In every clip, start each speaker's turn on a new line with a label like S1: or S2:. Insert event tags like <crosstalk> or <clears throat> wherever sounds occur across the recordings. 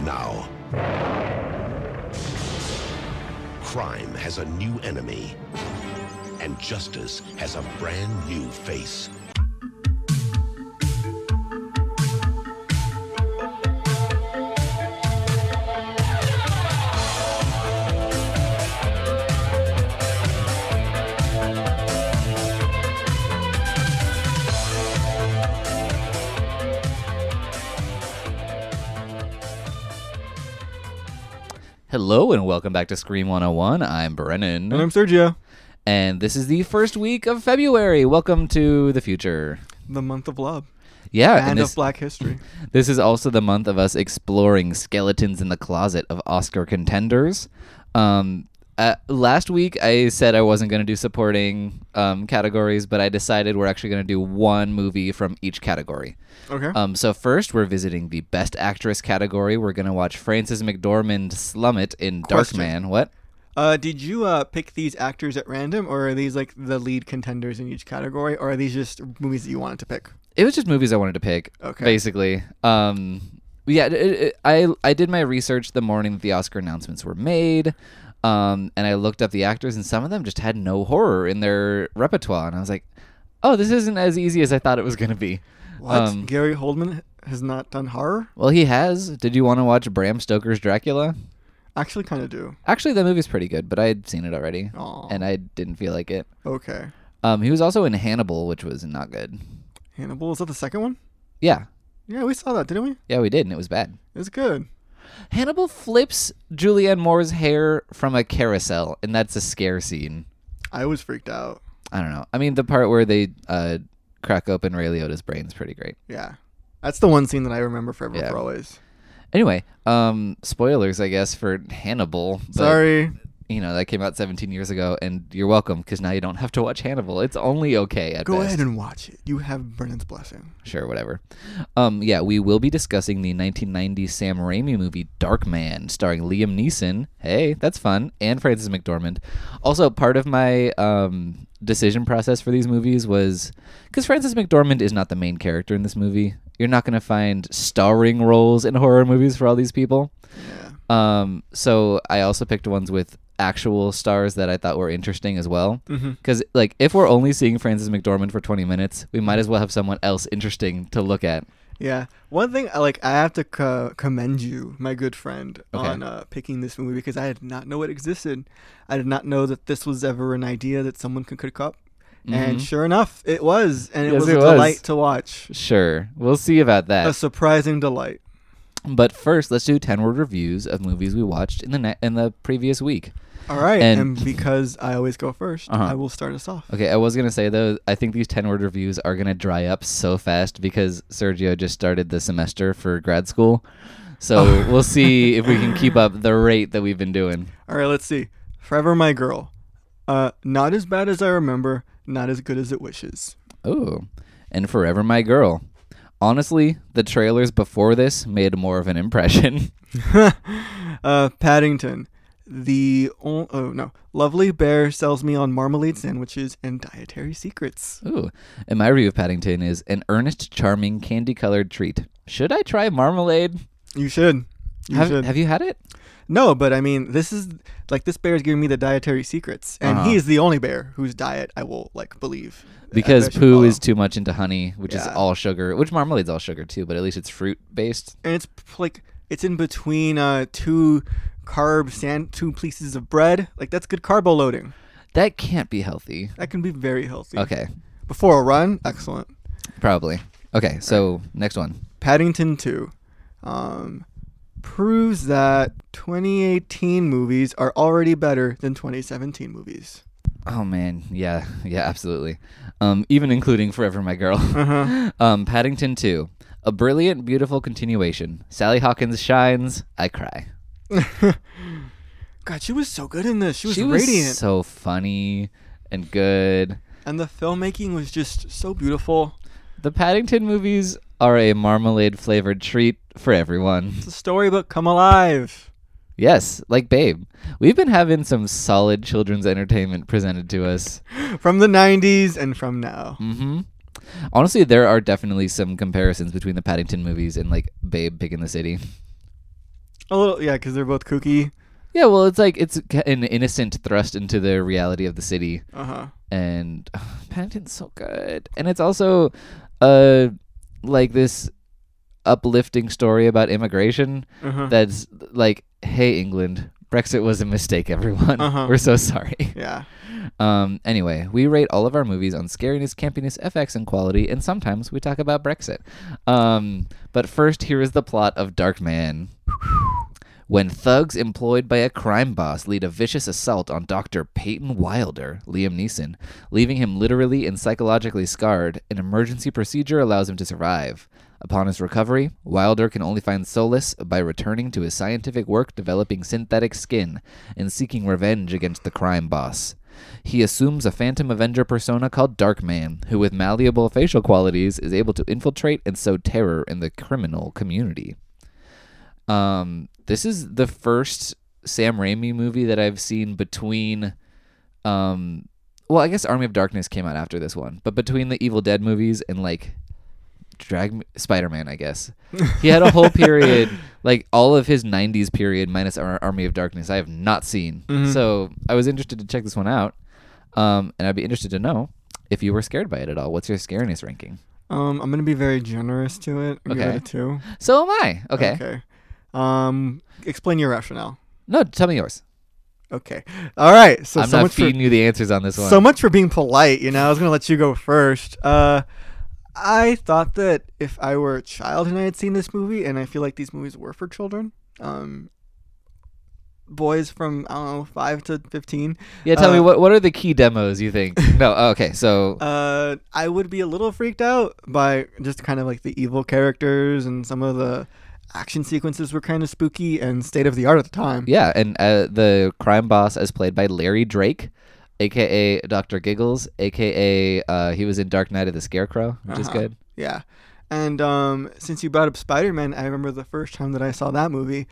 S1: now. Crime has a new enemy, and justice has a brand new face.
S2: Hello and welcome back to Scream 101. I'm Brennan.
S3: And I'm Sergio.
S2: And this is the first week of February. Welcome to the future.
S3: The month of love
S2: Yeah,
S3: and
S2: Uh, and
S3: of
S2: this,
S3: Black
S2: <laughs>
S3: History.
S2: this is also the month of us exploring skeletons in the closet of Oscar contenders. Um, uh, last week I said I wasn't going to do supporting um, categories, but I decided we're actually going to do one movie from each category.
S3: Okay.
S2: Um, so first, we're visiting the Best Actress category. We're going to watch Frances McDormand slum it in
S3: Question.
S2: Darkman. What?
S3: Uh, did you uh, pick these actors at random, or are these like the lead contenders in each category, or are these just movies that you wanted to pick?
S2: it was just movies I wanted to pick.
S3: Okay.
S2: Basically, um, yeah, it, it, I I did my research the morning that the Oscar announcements were made, um, and I looked up the actors, and some of them just had no horror in their repertoire, and I was like, oh, this isn't as easy as I thought it was going to be.
S3: What?
S2: Um,
S3: Gary Oldman has not done horror?
S2: well, he has. Did you want to watch Bram Stoker's Dracula?
S3: Actually, kind of do.
S2: Actually, that movie's pretty good, but I had seen it already,
S3: Aw.
S2: and I didn't feel like it.
S3: Okay.
S2: Um, he was also in Hannibal, which was not good.
S3: Hannibal, is that the second one?
S2: Yeah,
S3: Yeah, we saw that, didn't we?
S2: yeah, we did, and it was bad.
S3: It's good.
S2: Hannibal flips Julianne Moore's hair from a carousel, and that's a scare scene.
S3: I was freaked out.
S2: I don't know. I mean, the part where they uh, crack open Ray Liotta's brain is pretty great.
S3: Yeah. That's the one scene that I remember forever
S2: Yeah.
S3: for always.
S2: Anyway, um, spoilers, I guess, for Hannibal. but,
S3: Sorry.
S2: You know, that came out 17 years ago, and you're welcome, because now you don't have to watch Hannibal. It's only okay at
S3: Go
S2: best.
S3: ahead and watch it. You have Brennan's blessing.
S2: Sure, whatever. Um, yeah, we will be discussing the 1990 Sam Raimi movie Dark Man, starring Liam Neeson. Hey, that's fun, and Frances McDormand. Also, part of my um, decision process for these movies was because Frances McDormand is not the main character in this movie. You're not going to find starring roles in horror movies for all these people.
S3: Yeah.
S2: Um, so I also picked ones with actual stars that I thought were interesting as well. Because like, if we're only seeing Frances McDormand for 20 minutes, we might as well have someone else interesting to look at.
S3: Yeah. One thing, I like, I have to co- commend you, my good friend,
S2: Okay.
S3: on uh, picking this movie because I did not know it existed. I did not know that this was ever an idea that someone could cook up. And sure enough, it was. And it
S2: Mm-hmm. Yes,
S3: was
S2: it
S3: a
S2: was.
S3: delight to watch.
S2: Sure, we'll see about
S3: A
S2: that.
S3: surprising delight.
S2: But first, let's do 10 word reviews of movies we watched in the ne- in the previous week.
S3: All right.
S2: And-
S3: And, because I always go 1st
S2: Uh-huh.
S3: I will start us off.
S2: Okay, I was gonna say though, I think these 10 word reviews are gonna dry up so fast because Sergio just started the semester for grad school. So we'll see if we can keep up the rate that we've been doing.
S3: All right, let's see. Forever My Girl. Uh, not as bad as I remember, not as good as it wishes.
S2: Oh, and Forever My Girl. Honestly, the trailers before this made more of an impression. <laughs>
S3: Uh, Paddington. The o- oh no, lovely bear sells me on marmalade sandwiches and dietary secrets.
S2: Ooh. And my review of Paddington is an earnest, charming, candy colored treat. Should I try marmalade?
S3: You should. You
S2: have,
S3: should.
S2: have you had it?
S3: no, but I mean, this is like this bear is giving me the dietary secrets, and
S2: Uh-huh.
S3: he is the only bear whose diet I will like believe. that
S2: Because
S3: I should
S2: poo
S3: follow.
S2: is too much into honey, which is
S3: Yeah.
S2: all sugar, which marmalade's all sugar too, but at least it's fruit based.
S3: and it's p- like it's in between uh two carb sand two pieces of bread. Like that's good carbo loading.
S2: That can't be healthy.
S3: That can be very healthy.
S2: Okay,
S3: Before a run, excellent.
S2: probably. Okay, so next one.
S3: Paddington 2 um, proves that 2018 movies are already better than 2017 movies.
S2: Oh man, yeah, yeah, absolutely. Um, even including Forever My Girl.
S3: Uh-huh.
S2: <laughs> um, Paddington 2. A brilliant, beautiful continuation. Sally Hawkins shines. I cry.
S3: God, she was so good in this. She was
S2: she was
S3: radiant.
S2: so funny and good.
S3: and the filmmaking was just so beautiful.
S2: The Paddington movies are a marmalade flavored treat for everyone.
S3: It's a storybook come alive.
S2: Yes, like Babe. We've been having some solid children's entertainment presented to us.
S3: From the 90s and from now.
S2: hmm Honestly, there are definitely some comparisons between the Paddington movies and like Babe, Big in the City.
S3: A little, yeah, because they're both kooky.
S2: Yeah, well, it's like it's ca- an innocent thrust into the reality of the city,
S3: Uh huh.
S2: and <sighs> Paddington's so good, and it's also, uh, like this uplifting story about immigration
S3: Uh huh.
S2: that's like, hey, England, Brexit was a mistake, everyone.
S3: Uh-huh.
S2: We're so sorry. <laughs>
S3: Yeah.
S2: Um, anyway, we rate all of our movies on scariness, campiness, FX, and quality, and sometimes we talk about Brexit. Um, but first, here is the plot of Dark Man. When thugs employed by a crime boss lead a vicious assault on Dr. Peyton Wilder, Liam Neeson, leaving him literally and psychologically scarred, an emergency procedure allows him to survive. Upon his recovery, Wilder can only find solace by returning to his scientific work developing synthetic skin and seeking revenge against the crime boss. He assumes a Phantom Avenger persona called Darkman, who, with malleable facial qualities, is able to infiltrate and sow terror in the criminal community. Um, this is the first Sam Raimi movie that I've seen between, um, well, I guess Army of Darkness came out after this one, but between the Evil Dead movies and like Drag Spider Man, I guess he had a
S3: <laughs>
S2: whole period, like all of his '90s period minus Ar- Army of Darkness. I have not seen,
S3: Mm-hmm.
S2: so I was interested to check this one out, um, and I'd be interested to know if you were scared by it at all. What's your scariness ranking?
S3: Um, I'm gonna be very generous to it. and Give
S2: Okay.
S3: it a two.
S2: So am I. Okay,
S3: Okay. Um, explain your rationale.
S2: no, tell me yours.
S3: Okay. All right. So
S2: I'm
S3: so
S2: not
S3: much for
S2: feeding you the answers on this one.
S3: so much for being polite. You know, I was gonna let you go first. Uh, I thought that if I were a child and I had seen this movie, and I feel like these movies were for children, um, boys from I don't know five to fifteen,
S2: yeah, tell me
S3: uh,
S2: what what are the key demos you <laughs> think? no, oh, okay, so
S3: uh, I would be a little freaked out by just kind of like the evil characters and some of the action sequences were kind of spooky and state of the art at the time.
S2: yeah, and uh, the crime boss as played by Larry Drake. AKA Dr. Giggles, AKA uh, he was in Dark Knight of the Scarecrow, which is
S3: Uh-huh.
S2: good.
S3: Yeah. And um, since you brought up Spider Man, I remember the first time that I saw that movie.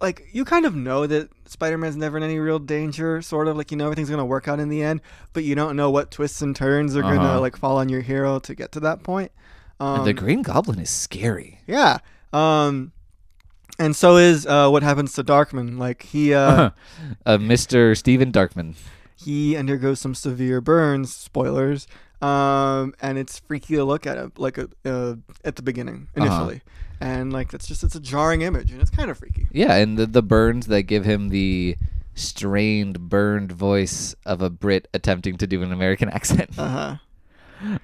S3: Like, you kind of know that Spider Man's never in any real danger, sort of. Like, you know everything's going to work out in the end, but you don't know what twists and turns are going
S2: Uh-huh.
S3: to, like, fall on your hero to get to that point. Um,
S2: and the Green Goblin is scary.
S3: yeah. Um, and so is uh, what happens to Darkman. Like, he. Uh,
S2: uh, Mr. Steven Darkman.
S3: he undergoes some severe burns spoilers um and it's freaky to look at it like a, uh, at the beginning initially and like that's just it's a jarring image and it's kind of freaky
S2: Yeah, and the, the burns that give him the strained, burned voice of a Brit attempting to do an American <laughs> accent.
S3: uh-huh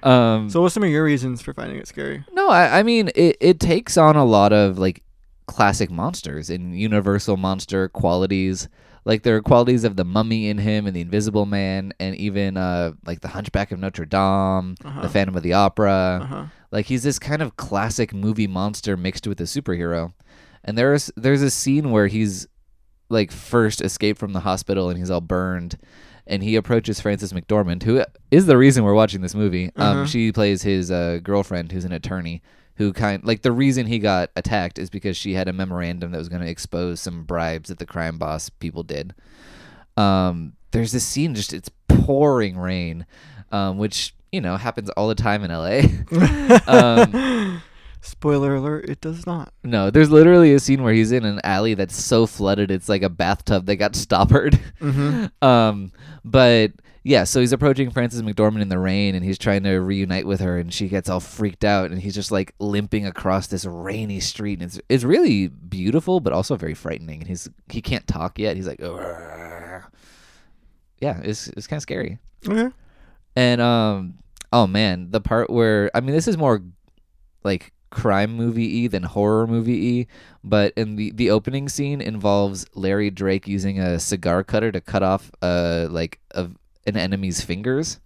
S2: Um,
S3: so what's some of your reasons for finding it scary
S2: no, I, I mean, it, it takes on a lot of like classic monsters and universal monster qualities. Like there are qualities of the mummy in him and the invisible man and even uh, like the Hunchback of Notre Dame, the Phantom of the Opera.
S3: uh-huh
S2: Like he's this kind of classic movie monster mixed with a superhero. And there's there's a scene where he's like first escaped from the hospital and he's all burned and he approaches Frances McDormand who is the reason we're watching this movie. Um, she plays his uh, girlfriend who's an attorney who kind like the reason he got attacked is because she had a memorandum that was going to expose some bribes that the crime boss people did um, there's this scene just it's pouring rain um, which you know happens all the time in la um,
S3: <gasps>
S2: <laughs>
S3: spoiler alert it does not
S2: no there's literally a scene where he's in an alley that's so flooded it's like a bathtub that got <laughs> stoppered um, but yeah so he's approaching frances mcdormand in the rain and he's trying to reunite with her and she gets all freaked out and he's just like limping across this rainy street and it's, it's really beautiful but also very frightening and he's he can't talk yet he's like "Ugh." yeah it's, it's kind of scary
S3: okay
S2: and um oh man, the part where I mean this is more like crime movie y than horror movie y, but in the the opening scene involves Larry Drake using a cigar cutter to cut off uh like of an enemy's fingers.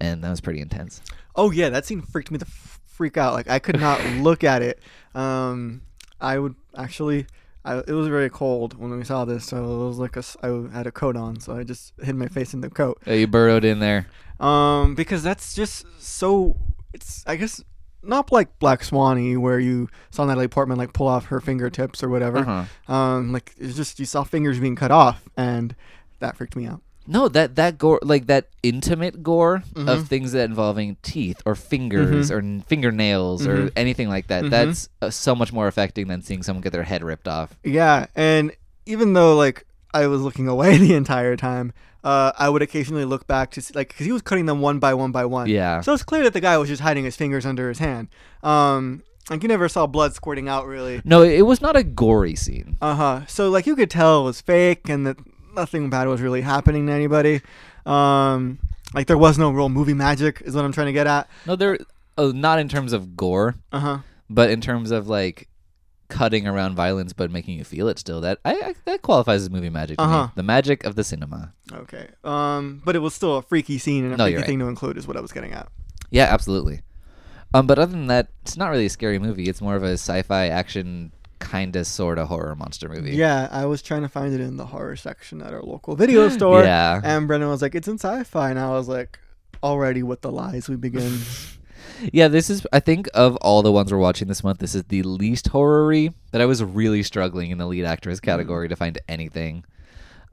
S2: And that was pretty intense.
S3: oh yeah that scene freaked me the f- freak out like i could <laughs> not look at it um i would actually I, it was very cold when we saw this, so it was like a s I had a coat on, so I just hid my face in the coat.
S2: Uh, you burrowed in there.
S3: um, because that's just so. It's I guess not like Black Swanee where you saw Natalie Portman like pull off her fingertips or whatever.
S2: Uh-huh.
S3: Um, like it's just you saw fingers being cut off, and that freaked me out.
S2: No, that that gore, like that intimate gore of things that involving teeth or fingers or n- fingernails or anything like that. That's uh, so much more affecting than seeing someone get their head ripped off.
S3: Yeah, and even though like I was looking away <laughs> the entire time, uh, I would occasionally look back to see, like because he was cutting them one by one by one.
S2: Yeah.
S3: So it's clear that the guy was just hiding his fingers under his hand. Um, like you never saw blood squirting out really.
S2: No, it was not a gory scene.
S3: Uh huh. So like you could tell it was fake and that nothing bad was really happening to anybody. Um, like there was no real movie magic is what I'm trying to get at.
S2: No, there. Oh, not in terms of gore,
S3: Uh huh.
S2: but in terms of like cutting around violence, but making you feel it still. That I, I that qualifies as movie magic. to me.
S3: Uh-huh.
S2: The magic of the cinema.
S3: Okay. Um, but it was still a freaky scene and a
S2: No,
S3: freaky
S2: you're right.
S3: thing to include is what I was getting at.
S2: Yeah, absolutely. Um, but other than that, it's not really a scary movie. It's more of a sci-fi action kind of sort of horror monster movie.
S3: Yeah, I was trying to find it in the horror section at our
S2: <gasps>
S3: local video store.
S2: Yeah.
S3: And Brendan was like, it's in sci fi. And I was like, already with the lies we begin.
S2: <laughs> Yeah, this is I think of all the ones we're watching this month, this is the least horror-y that I was really struggling in the lead actress category to find anything.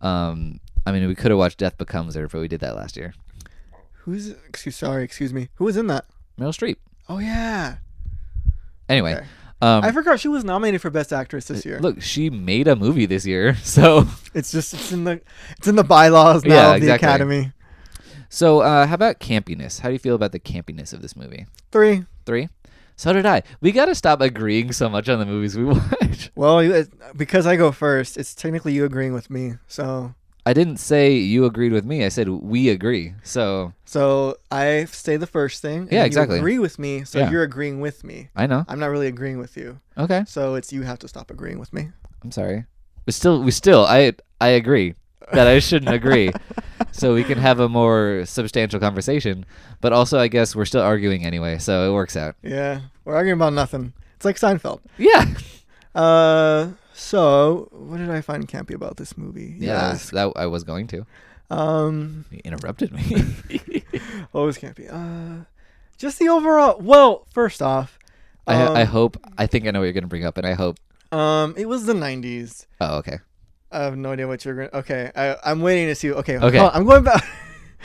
S2: Um I mean, we could have watched Death Becomes Her, but we did that last year.
S3: Who's, excuse, sorry, excuse me. Who was in that?
S2: Meryl Streep.
S3: Oh, yeah.
S2: Anyway,
S3: Okay.
S2: um uh,
S3: I forgot she was nominated for Best Actress this year.
S2: look, she made a movie this year. <laughs> So,
S3: It's just, it's in the, it's in the bylaws now
S2: Yeah,
S3: of the
S2: exactly.
S3: Academy.
S2: so uh how about campiness? How do you feel about the campiness of this movie?
S3: Three.
S2: 3? So did I. We got to stop agreeing so much on the movies we <laughs> watch.
S3: Well, you, it, because I go first, it's technically you agreeing with me. So,
S2: I didn't say you agreed with me. I said we agree. So,
S3: so I say the first thing. and
S2: Yeah,
S3: you
S2: exactly.
S3: agree with me, so
S2: Yeah.
S3: you're agreeing with me.
S2: I know.
S3: I'm not really agreeing with you.
S2: Okay.
S3: So it's you have to stop agreeing with me.
S2: I'm sorry. But still, we still, I, I agree that I shouldn't agree, so we can have a more substantial conversation. But also, I guess we're still arguing anyway, so it works out.
S3: Yeah, we're arguing about nothing. It's like Seinfeld.
S2: Yeah.
S3: Uh, so what did I find campy about this movie? you
S2: Yeah. That, was,
S3: ask?
S2: that I was going to.
S3: Um,
S2: You interrupted <laughs> me.
S3: what was campy? Uh, just the overall. Well, first off,
S2: I,
S3: um,
S2: I hope. I think I know what you're going to bring up, and I hope.
S3: um, it was the '90s.
S2: Oh, okay.
S3: I have no idea what you're gonna. Okay, I, I'm waiting to see. Okay,
S2: Okay.
S3: hold on, I'm going back. <laughs>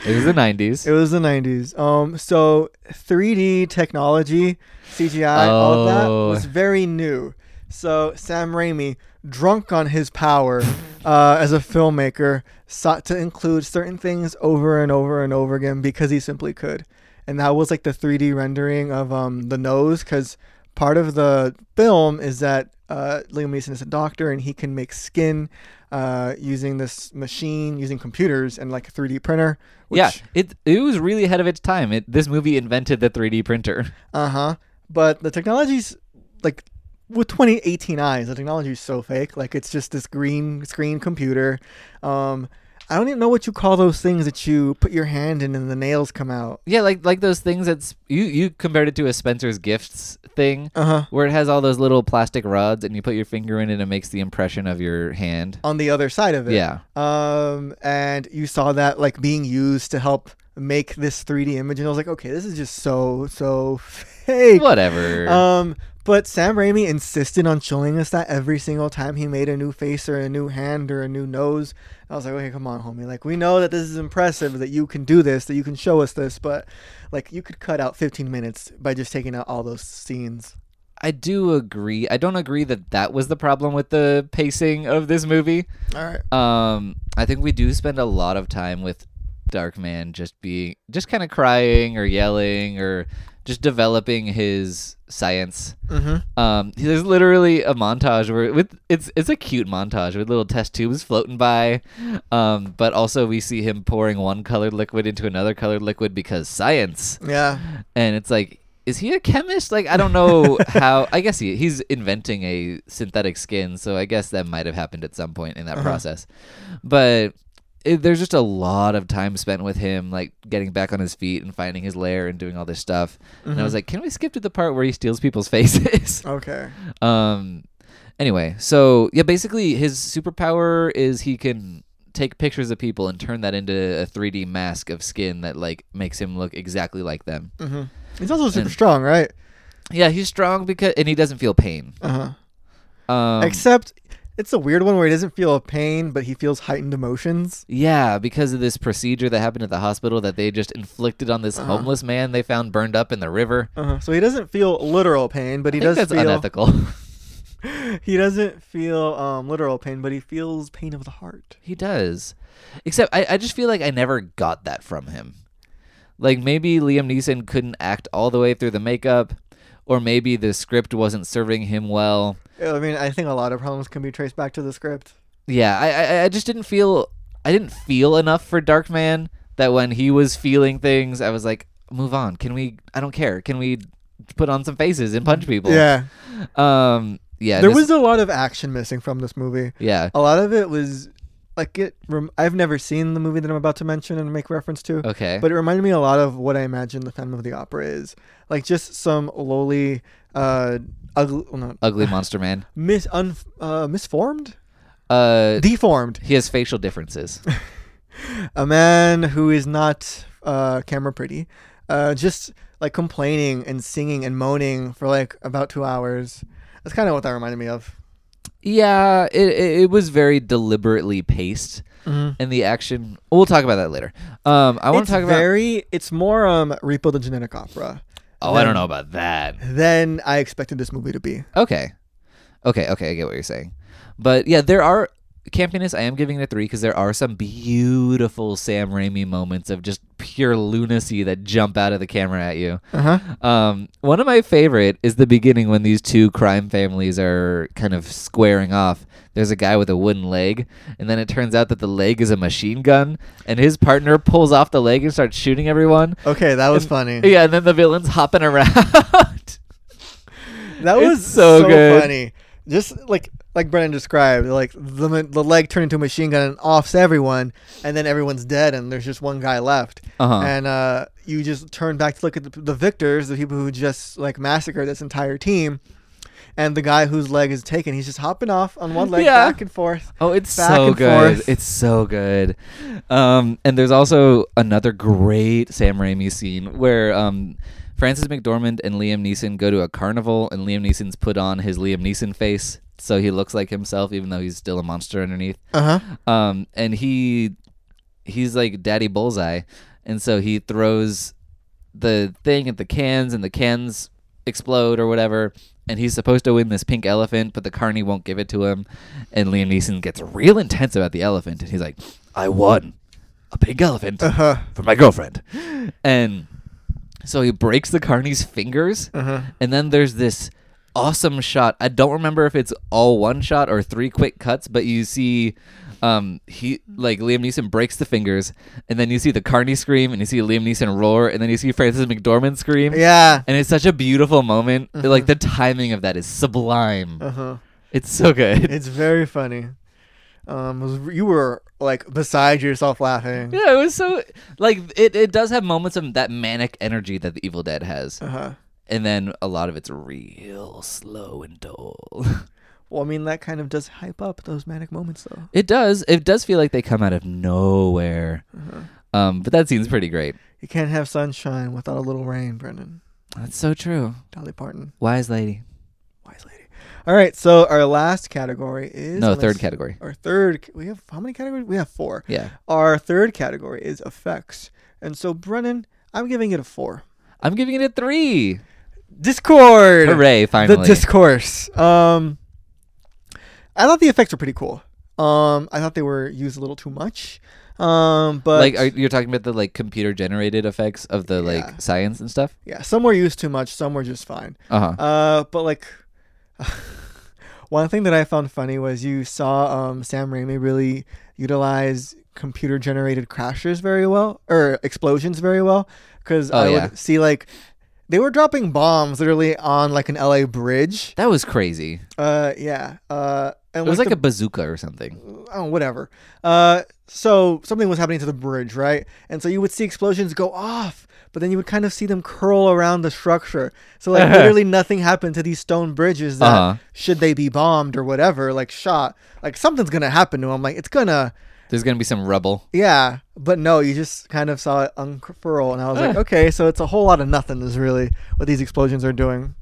S2: It was the '90s.
S3: it was the '90s. Um, so 3D technology, CGI, all of that
S2: Oh.
S3: was very new. So Sam Raimi, drunk on his power <laughs> uh, as a filmmaker, sought to include certain things over and over and over again because he simply could, and that was like the 3D rendering of um, the nose because part of the film is that uh, Liam Neeson is a doctor and he can make skin uh, using this machine using computers and like a 3D printer. Which,
S2: yeah. It it was really ahead of its time. It this movie invented the 3D printer.
S3: Uh huh. But the technology's like with 2018 eyes, the technology's so fake. Like it's just this green screen computer. Um, I don't even know what you call those things that you put your hand in and the nails come out.
S2: Yeah, like like those things that's you you compared it to a Spencer's Gifts thing.
S3: Uh huh.
S2: where it has all those little plastic rods and you put your finger in it and it makes the impression of your hand.
S3: On the other side of it.
S2: Yeah.
S3: Um, and you saw that like being used to help make this 3D image, and I was like, okay, this is just so so <laughs> fake.
S2: Whatever.
S3: <laughs> Um, but Sam Raimi insisted on showing us that every single time he made a new face or a new hand or a new nose. I was like, okay, come on, homie. Like, we know that this is impressive, that you can do this, that you can show us this, but like, you could cut out 15 minutes by just taking out all those scenes.
S2: I do agree. I don't agree that that was the problem with the pacing of this movie.
S3: All right.
S2: Um, I think we do spend a lot of time with Dark Man just being, just kind of crying or yelling or just developing his science.
S3: Mm-hmm.
S2: Um, there's literally a montage where with it's it's a cute montage with little test tubes floating by, um, but also we see him pouring one colored liquid into another colored liquid because science.
S3: Yeah.
S2: And it's like, is he a chemist? Like I don't know how. I guess he he's inventing a synthetic skin, so I guess that might have happened at some point in that process. But it, there's just a lot of time spent with him, like getting back on his feet and finding his lair and doing all this stuff. And I was like, can we skip to the part where he steals people's faces?
S3: Okay.
S2: Um. Anyway, so yeah, basically his superpower is he can take pictures of people and turn that into a 3D mask of skin that like makes him look exactly like them.
S3: Mm-hmm. He's also super
S2: And-
S3: strong, right?
S2: Yeah, he's strong because and he doesn't feel pain.
S3: Uh huh.
S2: Um,
S3: Uh-huh. Except It's a weird one where he doesn't feel a pain, but he feels heightened emotions.
S2: Yeah, because of this procedure that happened at the hospital that they just inflicted on this homeless man they found burned up in the river.
S3: Uh-huh. So he doesn't feel literal pain, but he
S2: I think
S3: does
S2: that's
S3: feel
S2: unethical. <laughs>
S3: he doesn't feel um, literal pain, but he feels pain of the heart.
S2: he does. Except I, I just feel like I never got that from him. Like maybe Liam Neeson couldn't act all the way through the makeup, or maybe the script wasn't serving him well.
S3: I mean, I think a lot of problems can be traced back to the script.
S2: Yeah, I, I I just didn't feel I didn't feel enough for Darkman that when he was feeling things, I was like, move on. Can we? I don't care. Can we put on some faces and punch people?
S3: Yeah,
S2: Um. Yeah.
S3: there
S2: this-
S3: was a lot of action missing from this movie.
S2: Yeah.
S3: A lot of it was like it. Rem- I've never seen the movie that I'm about to mention and make reference to.
S2: Okay.
S3: But it reminded me a lot of what I imagine the Phantom of the Opera is, like just some lowly, uh, ugly, well, not
S2: Ugly monster man.
S3: mis un, uh, misformed,
S2: Uh.
S3: deformed,
S2: He has facial differences.
S3: a man who is not uh, camera pretty, uh, just like complaining and singing and moaning for like about two hours. That's kind of what that reminded me of.
S2: yeah. It, it it was very deliberately paced, and the action. We'll talk about that later. Um. I want
S3: Mm-hmm. it's
S2: to talk about.
S3: very. It's more um Repo the Genetic Opera
S2: Oh, I don't know about that.
S3: than I expected this movie to be.
S2: Okay. Okay, okay, I get what you're saying. But yeah, there are campiness, I am giving it a 3 because there are some beautiful Sam Raimi moments of just pure lunacy that jump out of the camera at you.
S3: Uh huh.
S2: Um, one of my favorite is the beginning when these two crime families are kind of squaring off. There's a guy with a wooden leg, and then it turns out that the leg is a machine gun, and his partner pulls off the leg and starts shooting everyone.
S3: Okay, that was funny.
S2: Yeah, and then the villain's hopping around. <laughs>
S3: That
S2: It's
S3: was
S2: so
S3: so,
S2: good.
S3: funny. Just like like Brennan described, like the ma- the leg turned into a machine gun and offs everyone, and then everyone's dead, and there's just one guy left,
S2: Uh-huh.
S3: and uh, you just turn back to look at the, the victors, the people who just like massacred this entire team, and the guy whose leg is taken, he's just hopping off on one
S2: <laughs>
S3: leg
S2: Yeah.
S3: back and forth.
S2: Oh, it's
S3: back
S2: so
S3: and
S2: good.
S3: forth.
S2: It's so good. Um, and there's also another great Sam Raimi scene where um, Francis McDormand and Liam Neeson go to a carnival, and Liam Neeson's put on his Liam Neeson face so he looks like himself, even though he's still a monster underneath.
S3: Uh huh.
S2: Um, and he he's like Daddy Bullseye, and so he throws the thing at the cans, and the cans explode or whatever. And he's supposed to win this pink elephant, but the carney won't give it to him. And Liam Neeson gets real intense about the elephant, and he's like, "I won a pink elephant
S3: Uh huh.
S2: for my girlfriend," and so he breaks the carney's fingers. And then there's this awesome shot. I don't remember if it's all one shot or three quick cuts, but you see um he like Liam Neeson breaks the fingers and then you see the Carney scream and you see Liam Neeson roar and then you see Francis McDormand scream.
S3: Yeah.
S2: And it's such a beautiful moment. Like the timing of that is sublime.
S3: Uh huh.
S2: It's so good.
S3: It's very funny. Um, it was- you were like beside yourself laughing.
S2: yeah, it was so like it, it does have moments of that manic energy that the Evil Dead has.
S3: Uh huh.
S2: And then a lot of it's real slow and dull. <laughs>
S3: Well, I mean that kind of does hype up those manic moments though.
S2: It does. It does feel like they come out of nowhere.
S3: Uh-huh.
S2: Um, but that scene's pretty great.
S3: You can't have sunshine without a little rain, Brendan.
S2: That's so true.
S3: Dolly Parton,
S2: Wise lady.
S3: wise lady. All right, so our last category is
S2: No,
S3: unless-
S2: third category.
S3: Our third, we have how many categories? We have four.
S2: Yeah.
S3: Our third category is effects, and so Brennan, I'm giving it a four.
S2: I'm giving it a three.
S3: Discord.
S2: Hooray! Finally.
S3: The discourse. Um, I thought the effects were pretty cool. Um, I thought they were used a little too much. Um, but
S2: like are, you're talking about the like computer generated effects of the
S3: Yeah.
S2: like science and stuff.
S3: yeah, some were used too much, some were just fine.
S2: Uh huh.
S3: Uh, but like, <laughs> one thing that I found funny was you saw um, Sam Raimi really utilize computer generated crashes very well or explosions very well because I
S2: Oh, yeah.
S3: would see like they were dropping bombs literally on like an LA bridge.
S2: that was crazy.
S3: Uh, yeah. Uh, and
S2: It was
S3: with
S2: like
S3: the-
S2: a bazooka or something.
S3: oh, whatever. Uh, so something was happening to the bridge, right? And so you would see explosions go off, but then you would kind of see them curl around the structure. So
S2: <laughs>
S3: like literally nothing happened to these stone bridges that
S2: Uh-huh.
S3: should they be bombed or whatever, like shot, like something's gonna happen to them. Like it's gonna,
S2: There's gonna be some rubble.
S3: yeah. But no, you just kind of saw it unfurl, and I was like, okay, so it's a whole lot of nothing is really what these explosions are doing.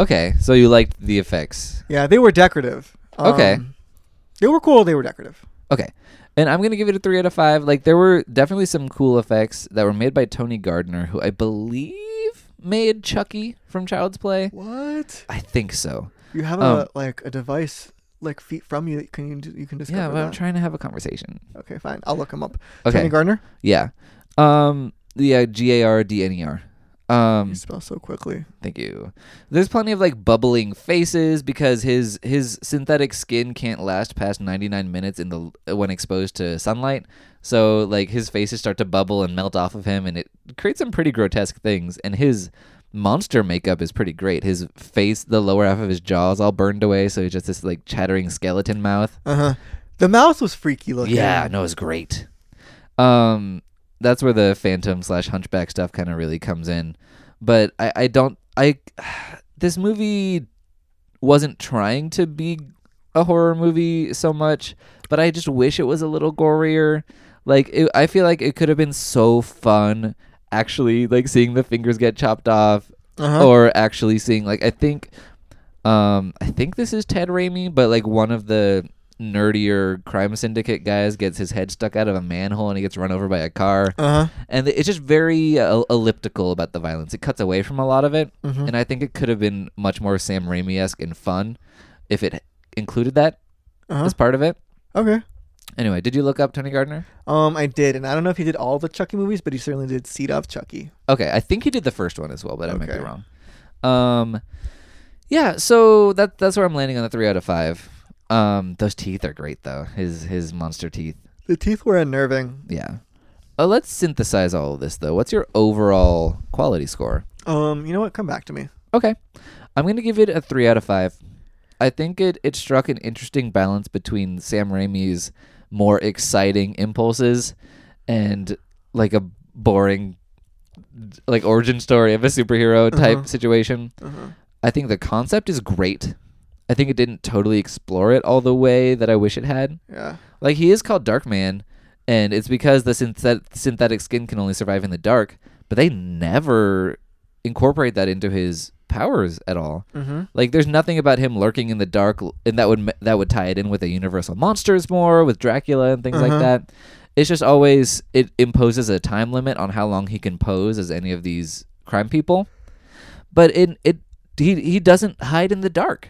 S2: Okay, so you liked the effects.
S3: Yeah, they were decorative.
S2: Okay.
S3: Um, They were cool. They were decorative.
S2: Okay. And I'm going to give it a 3 out of 5. Like there were definitely some cool effects that were made by Tony Gardner who I believe made Chucky from Child's Play.
S3: What?
S2: I think so.
S3: You have
S2: Um,
S3: a like a device like feet from you that can you, do- you can discover.
S2: Yeah, but I'm
S3: that.
S2: trying to have a conversation.
S3: Okay, fine. I'll look him up.
S2: Okay.
S3: Tony Gardner.
S2: Yeah. Um yeah, G A R D N E R. Um
S3: You spell so quickly.
S2: Thank you. There's plenty of like bubbling faces because his his synthetic skin can't last past 99 minutes in the when exposed to sunlight. So like his faces start to bubble and melt off of him and it creates some pretty grotesque things and his monster makeup is pretty great. His face, the lower half of his jaw is all burned away so he's just this like chattering skeleton mouth.
S3: Uh huh. The mouse was freaky looking.
S2: Yeah, no, it's great. Um, that's where the Phantom slash Hunchback stuff kind of really comes in. But I, I don't, I, <sighs> this movie wasn't trying to be a horror movie so much, but I just wish it was a little gorier. Like, it, I feel like it could have been so fun actually, like seeing the fingers get chopped off
S3: Uh-huh.
S2: or actually seeing like I think um I think this is Ted Raimi, but like one of the nerdier crime syndicate guys gets his head stuck out of a manhole and he gets run over by a car.
S3: Uh huh.
S2: And it's just very uh, elliptical about the violence. It cuts away from a lot of it,
S3: Mm-hmm.
S2: and I think it could have been much more Sam Raimi-esque and fun if it included that
S3: Uh-huh.
S2: as part of it.
S3: Okay.
S2: Anyway, did you look up Tony Gardner?
S3: Um, I did, and I don't know if he did all the Chucky movies, but he certainly did Seed of Chucky.
S2: Okay, I think he did the first one as well, but I might be
S3: Okay.
S2: wrong. Um, yeah, so that that's where I'm landing on the three out of five. Um, those teeth are great though. His his monster teeth.
S3: The teeth were unnerving.
S2: Yeah. Uh, let's synthesize all of this though. What's your overall quality score?
S3: Um, you know what? Come back to me.
S2: Okay, I'm gonna give it a three out of five. I think it it struck an interesting balance between Sam Raimi's more exciting impulses and like a boring like origin story of a superhero type situation. I think the concept is great. I think it didn't totally explore it all the way that I wish it had.
S3: Yeah.
S2: Like he is called Dark Man, and it's because the synthet- synthetic skin can only survive in the dark. But they never incorporate that into his powers at all. Mm-hmm. Like there's nothing about him lurking in the dark, l- and that would m- that would tie it in with the Universal monsters more, with Dracula and things like that. It's just always it imposes a time limit on how long he can pose as any of these crime people but in it he he doesn't hide in the dark.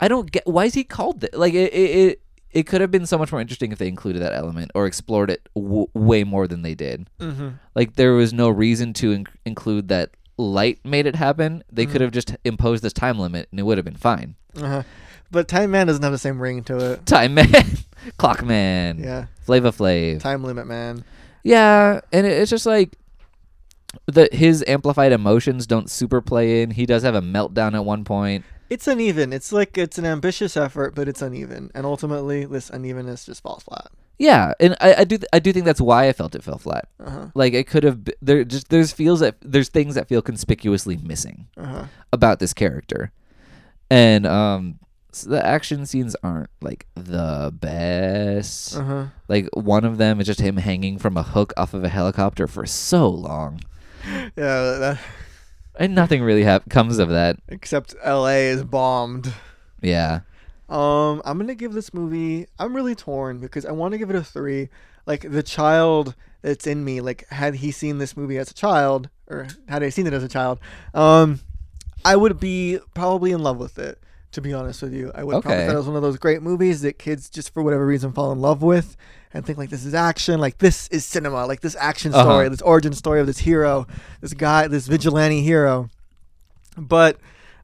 S2: I don't get why is he called that? Like it it, it it could have been so much more interesting if they included that element or explored it w- way more than they did. Mm-hmm. Like there was no reason to in- include that light made it happen. They could have just imposed this time limit and it would have been fine. <laughs>
S3: Uh-huh. But Time Man doesn't have the same ring to it.
S2: Time man, <laughs> clock man,
S3: Yeah.
S2: Flava Flav,
S3: Time Limit Man.
S2: yeah, and it, it's just like. The, his amplified emotions don't super play in. He does have a meltdown at one point.
S3: It's uneven. It's like it's an ambitious effort, but it's uneven, and ultimately this unevenness just falls flat.
S2: Yeah, and I, I do th- I do think that's why I felt it fell flat.
S3: Uh-huh.
S2: Like it could have b- there just there's feels that there's things that feel conspicuously missing
S3: Uh-huh.
S2: about this character, and um so the action scenes aren't like the best.
S3: Uh-huh.
S2: Like one of them is just him hanging from a hook off of a helicopter for so long,
S3: Yeah. That,
S2: and nothing really hap comes of that.
S3: except L.A. is bombed.
S2: Yeah,
S3: Um, I'm gonna give this movie. I'm really torn because I want to give it a three. Like the child that's in me. Like had he seen this movie as a child, or had I seen it as a child, um, I would be probably in love with it. To be honest with you, I would probably
S2: Okay.
S3: thought it was one of those great movies that kids just for whatever reason fall in love with and think like this is action, like this is cinema, like this action
S2: Uh-huh.
S3: story, this origin story of this hero, this guy, this vigilante hero but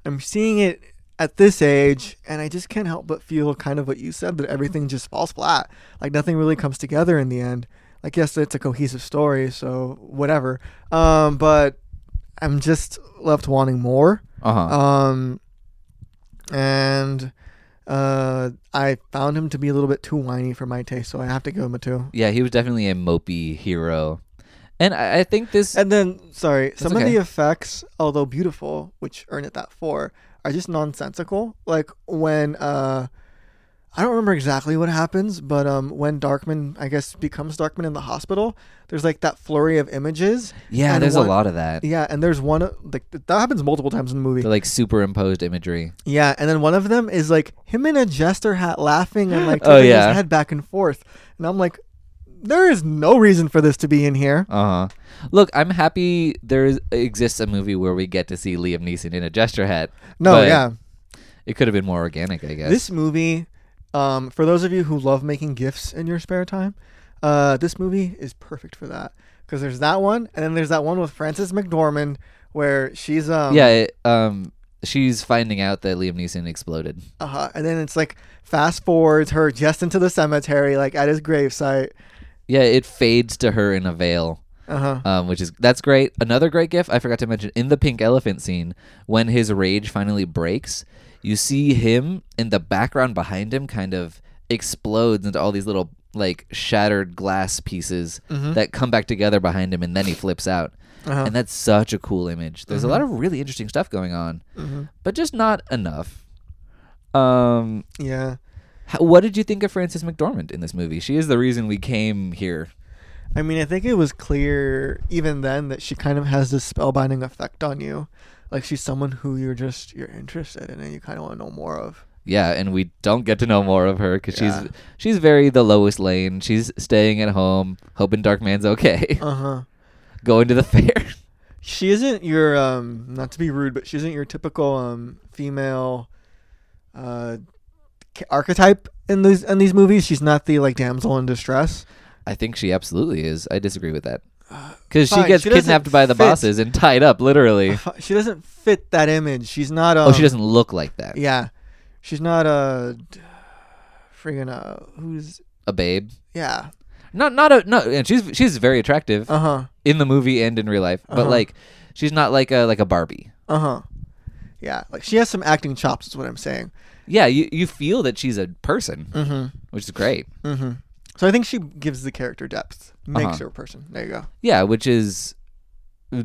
S3: I'm seeing it at this age, and I just can't help but feel kind of what you said that everything just falls flat. Like nothing really comes together in the end. Like yes, it's a cohesive story, so whatever. Um, but I'm just left wanting more.
S2: uh huh.
S3: Um, and uh, I found him to be a little bit too whiny for my taste, so I have to give him a two.
S2: yeah, he was definitely a mopey hero, and I, I think this.
S3: And then, sorry, some of
S2: okay.
S3: the effects, although beautiful, which earn it that four, are just nonsensical. Like when uh, I don't remember exactly what happens, but um, when Darkman, I guess, becomes Darkman in the hospital, there's like that flurry of images.
S2: Yeah,
S3: and
S2: there's
S3: one-
S2: a lot of that.
S3: Yeah, and there's one like that happens multiple times in the movie.
S2: The like superimposed imagery.
S3: Yeah, and then one of them is like him in a jester hat laughing and like
S2: <gasps> Oh,
S3: tilting
S2: yeah.
S3: his head back and forth. And I'm like, there is no reason for this to be in here.
S2: Uh huh. Look, I'm happy there is, exists a movie where we get to see Liam Neeson in a gesture hat.
S3: No,
S2: but
S3: yeah.
S2: It could have been more organic, I guess.
S3: This movie, um, for those of you who love making gifts in your spare time, uh, this movie is perfect for that. Because there's that one, and then there's that one with Frances McDormand where she's um
S2: yeah. It, um, she's finding out that Liam Neeson exploded.
S3: uh-huh, and then it's like fast forwards her just into the cemetery, like at his gravesite.
S2: Yeah, it fades to her in a veil.
S3: Uh huh.
S2: um, which is that's great. Another great gif I forgot to mention in the pink elephant scene when his rage finally breaks, you see him in the background behind him kind of explodes into all these little like shattered glass pieces that come back together behind him, and then he flips out.
S3: Uh-huh.
S2: And that's such a cool image. There's a lot of really interesting stuff going on, but just not enough. Um,
S3: Yeah.
S2: h- what did you think of Frances McDormand in this movie? She is the reason we came here.
S3: I mean, I think it was clear even then that she kind of has this spellbinding effect on you. Like she's someone who you're just you're interested in and you kind of want to know more of.
S2: Yeah, and we don't get to know more of her because
S3: Yeah.
S2: she's she's very the lowest lane. She's staying at home, hoping Darkman's okay, <laughs>
S3: Uh huh.
S2: going to the fair.
S3: She isn't your um not to be rude, but she isn't your typical um female uh ca- archetype in these in these movies. She's not the like damsel in distress.
S2: I think she absolutely is. I disagree with that because she
S3: Uh, Fine,
S2: gets
S3: she doesn't
S2: kidnapped by the
S3: fit.
S2: bosses and tied up, literally.
S3: F- She doesn't fit that image. She's not. Um,
S2: oh, she doesn't look like that.
S3: Yeah, she's not a d- friggin' uh who's
S2: A babe.
S3: yeah.
S2: Not not a no. And she's she's very attractive
S3: Uh huh.
S2: in the movie and in real life, but
S3: Uh-huh.
S2: like she's not like a like a Barbie.
S3: Uh huh. Yeah, like she has some acting chops, is what I'm saying.
S2: Yeah, you you feel that she's a person,
S3: Mm-hmm.
S2: which is great.
S3: Mm-hmm. So I think she gives the character depth, makes
S2: Uh-huh.
S3: her a person. There you go.
S2: Yeah, which is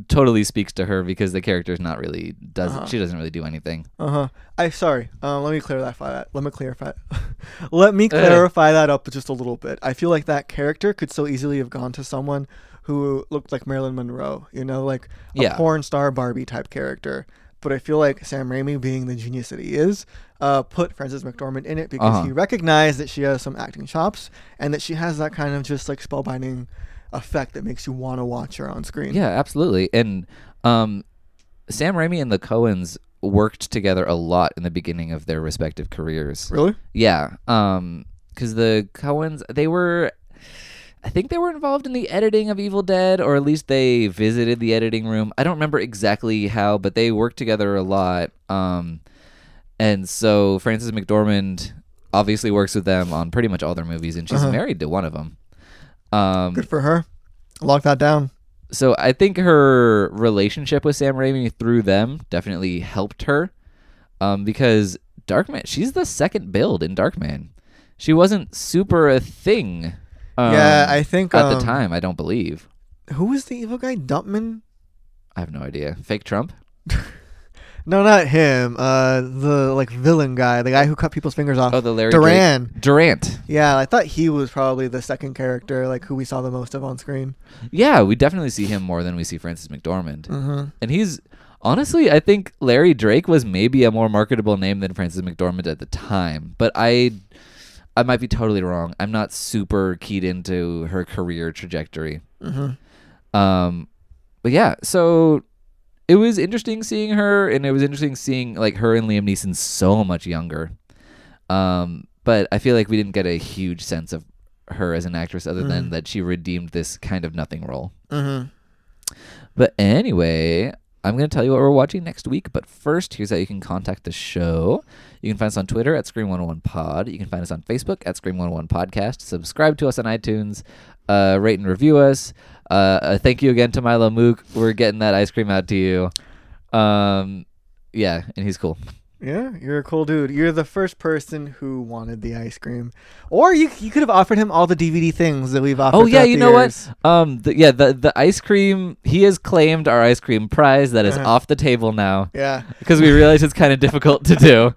S2: totally speaks to her because the character's not really doesn't
S3: Uh-huh.
S2: she doesn't really do anything.
S3: Uh huh. I sorry. Um, let me clarify that. Let me clarify. <laughs> let me clarify that up just a little bit. I feel like that character could so easily have gone to someone who looked like Marilyn Monroe. You know, like a
S2: Yeah.
S3: porn star Barbie type character. But I feel like Sam Raimi, being the genius that he is, uh, put Frances McDormand in it because
S2: Uh-huh.
S3: he recognized that she has some acting chops and that she has that kind of just like spellbinding effect that makes you want to watch her on screen.
S2: Yeah, absolutely. And um, Sam Raimi and the Coens worked together a lot in the beginning of their respective careers.
S3: Really?
S2: Yeah, um, because the Coens they were. I think they were involved in the editing of Evil Dead, or at least they visited the editing room. I don't remember exactly how, but they worked together a lot. Um, and so Frances McDormand obviously works with them on pretty much all their movies, and she's married to one of them. Um,
S3: Good for her. Lock that down.
S2: so I think her relationship with Sam Raimi through them definitely helped her, um, because Darkman, she's the second build in Darkman. She wasn't super a thing. Um,
S3: Yeah, I think,
S2: at the
S3: um,
S2: time I don't believe.
S3: Who was the evil guy? Dumpman?
S2: I have no idea. Fake Trump.
S3: No, not him. Uh, the like villain guy, the guy who cut people's fingers off.
S2: Oh, the Larry
S3: Duran.
S2: Drake- Durant.
S3: Yeah, I thought he was probably the second character, like who we saw the most of on screen.
S2: Yeah, we definitely see him more than we see Francis McDormand,
S3: Mm-hmm.
S2: and he's honestly I think Larry Drake was maybe a more marketable name than Francis McDormand at the time, but I. I might be totally wrong. I'm not super keyed into her career trajectory.
S3: Mm-hmm.
S2: Um, but yeah, so it was interesting seeing her, and it was interesting seeing like her and Liam Neeson so much younger. Um, but I feel like we didn't get a huge sense of her as an actress, other than that she redeemed this kind of nothing role.
S3: Mm-hmm.
S2: But anyway, I'm going to tell you what we're watching next week. But first, here's how you can contact the show. You can find us on Twitter at Scream101pod. You can find us on Facebook at Scream101podcast. Subscribe to us on iTunes. Uh, rate and review us. Uh, uh, thank you again to Milo Mook. We're getting that ice cream out to you. Um, yeah, and he's cool.
S3: Yeah, you're a cool dude. You're the first person who wanted the ice cream, or you you could have offered him all the DVD things that we've offered.
S2: Oh yeah,
S3: throughout
S2: you
S3: the
S2: know
S3: years.
S2: what? Um, the, yeah, the the ice cream. He has claimed our ice cream prize that is
S3: Uh-huh.
S2: off the table now
S3: Yeah.
S2: because we realize it's kind of difficult to do.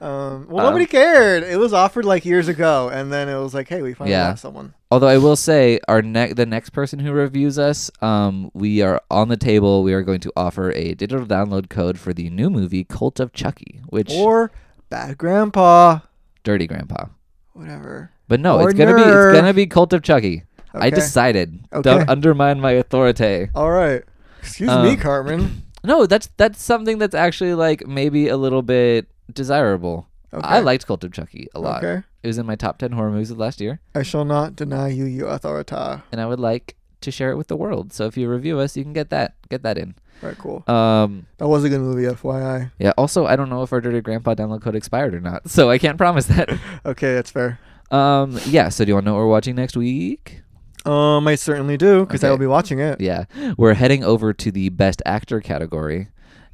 S3: Um, well, nobody cared. It was offered like years ago, and then it was like, hey, we finally
S2: Yeah.
S3: got someone.
S2: Although I will say, our ne- the next person who reviews us, um, we are on the table. We are going to offer a digital download code for the new movie Cult of Chucky, which
S3: Or bad grandpa,
S2: Dirty Grandpa.
S3: whatever.
S2: But no,
S3: Or
S2: it's gonna be
S3: nerd.
S2: it's gonna be Cult of Chucky. I
S3: Okay.
S2: decided.
S3: Okay.
S2: Don't undermine my authority.
S3: All right. Excuse
S2: Um,
S3: me, Carmen.
S2: No, that's that's something that's actually like maybe a little bit desirable. <clears throat> I
S3: Okay.
S2: liked Cult of Chucky a lot.
S3: Okay.
S2: It was in my top ten horror movies of last year,
S3: I shall not deny you your authority. All
S2: and I would like to share it with the world. So if you review us, you can get that get that in.
S3: right, cool.
S2: Um,
S3: That was a good movie, FYI.
S2: yeah. Also, I don't know if our Dirty Grandpa download code expired or not, <laughs> so I can't promise that.
S3: Okay, that's fair.
S2: um, yeah. So do you want to know what we're watching next week?
S3: Um, I certainly do because I
S2: Okay.
S3: will be watching it.
S2: Yeah, we're heading over to the Best Actor category,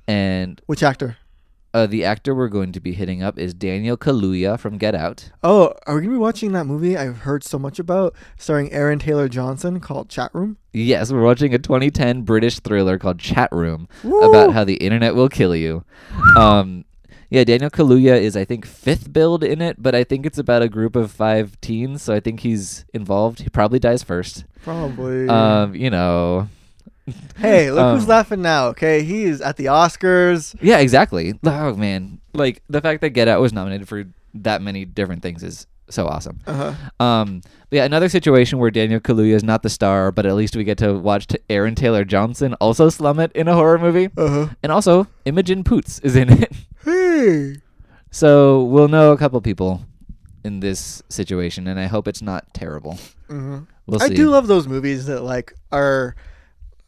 S2: and
S3: Which actor?
S2: Uh, the actor we're going to be hitting up is Daniel Kaluuya from Get Out.
S3: Oh, are we gonna be watching that movie I've heard so much about, starring Aaron Taylor Johnson, called Chat Room?
S2: Yes, we're watching a 2010 British thriller called Chat Room
S3: Woo!
S2: about how the internet will kill you. Um, yeah, Daniel Kaluuya is I think fifth build in it, but I think it's about a group of five teens, so I think he's involved. He probably dies first.
S3: Probably.
S2: Um, you know.
S3: hey, look
S2: um,
S3: who's laughing now. Okay, he is at the Oscars.
S2: Yeah, exactly. Oh man, like the fact that Get Out was nominated for that many different things is so awesome.
S3: Uh-huh.
S2: Um, but yeah, another situation where Daniel Kaluuya is not the star, but at least we get to watch t- Aaron Taylor Johnson also slum it in a horror movie,
S3: Uh huh.
S2: and also Imogen Poots is in it. <laughs>
S3: Hey.
S2: so we'll know a couple people in this situation, and I hope it's not terrible.
S3: hmm
S2: We'll
S3: I
S2: see.
S3: do love those movies that like are.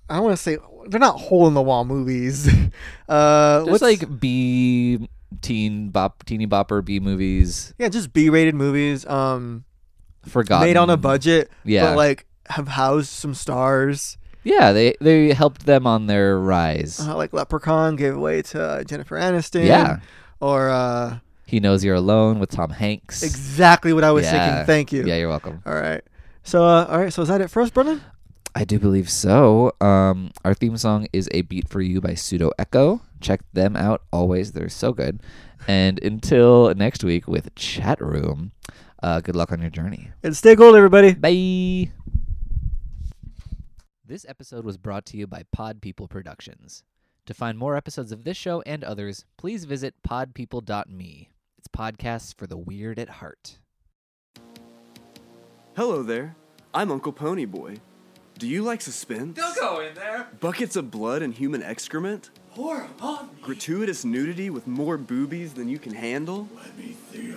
S3: I don't want to say they're not hole in the wall movies. <laughs> uh,
S2: There's
S3: what's
S2: like B teen bop, teeny bopper B movies
S3: yeah, just B-rated movies. Um,
S2: forgotten.
S3: made on a budget.
S2: Yeah.
S3: But like have housed some stars.
S2: Yeah, they they helped them on their rise.
S3: Uh, like Leprechaun gave away to uh, Jennifer Aniston.
S2: Yeah.
S3: Or uh,
S2: he knows you're alone with Tom Hanks.
S3: exactly what I was
S2: Yeah.
S3: thinking. Thank you.
S2: Yeah, you're welcome.
S3: All right. So uh, all right. So is that it for us, Brendan?
S2: I do believe so. Um, our theme song is "A Beat for You" by Pseudo Echo. Check them out always; they're so good. And until next week with Chat Room, uh, good luck on your journey.
S3: And stay gold, everybody.
S2: Bye. This episode was brought to you by Pod People Productions. To find more episodes of this show and others, please visit podpeople.me. It's podcasts for the weird at heart.
S4: Hello there. I'm Uncle Ponyboy. Do you like suspense? Don't go in there. Buckets of blood and human excrement? Pour upon me. Gratuitous nudity with more boobies than you can handle? Let me see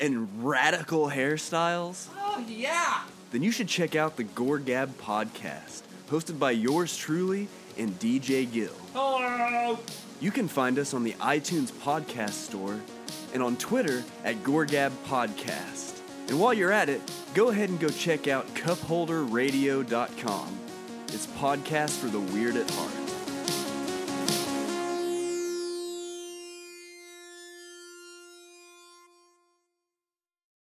S4: And radical hairstyles? Oh, yeah. Then you should check out the Gore Gab podcast, hosted by yours truly and DJ Gill. Hello. You can find us on the iTunes podcast store and on Twitter at Gorgab Podcast. And while you're at it, go ahead and go check out cupholderradio.com. It's podcast for the weird at heart.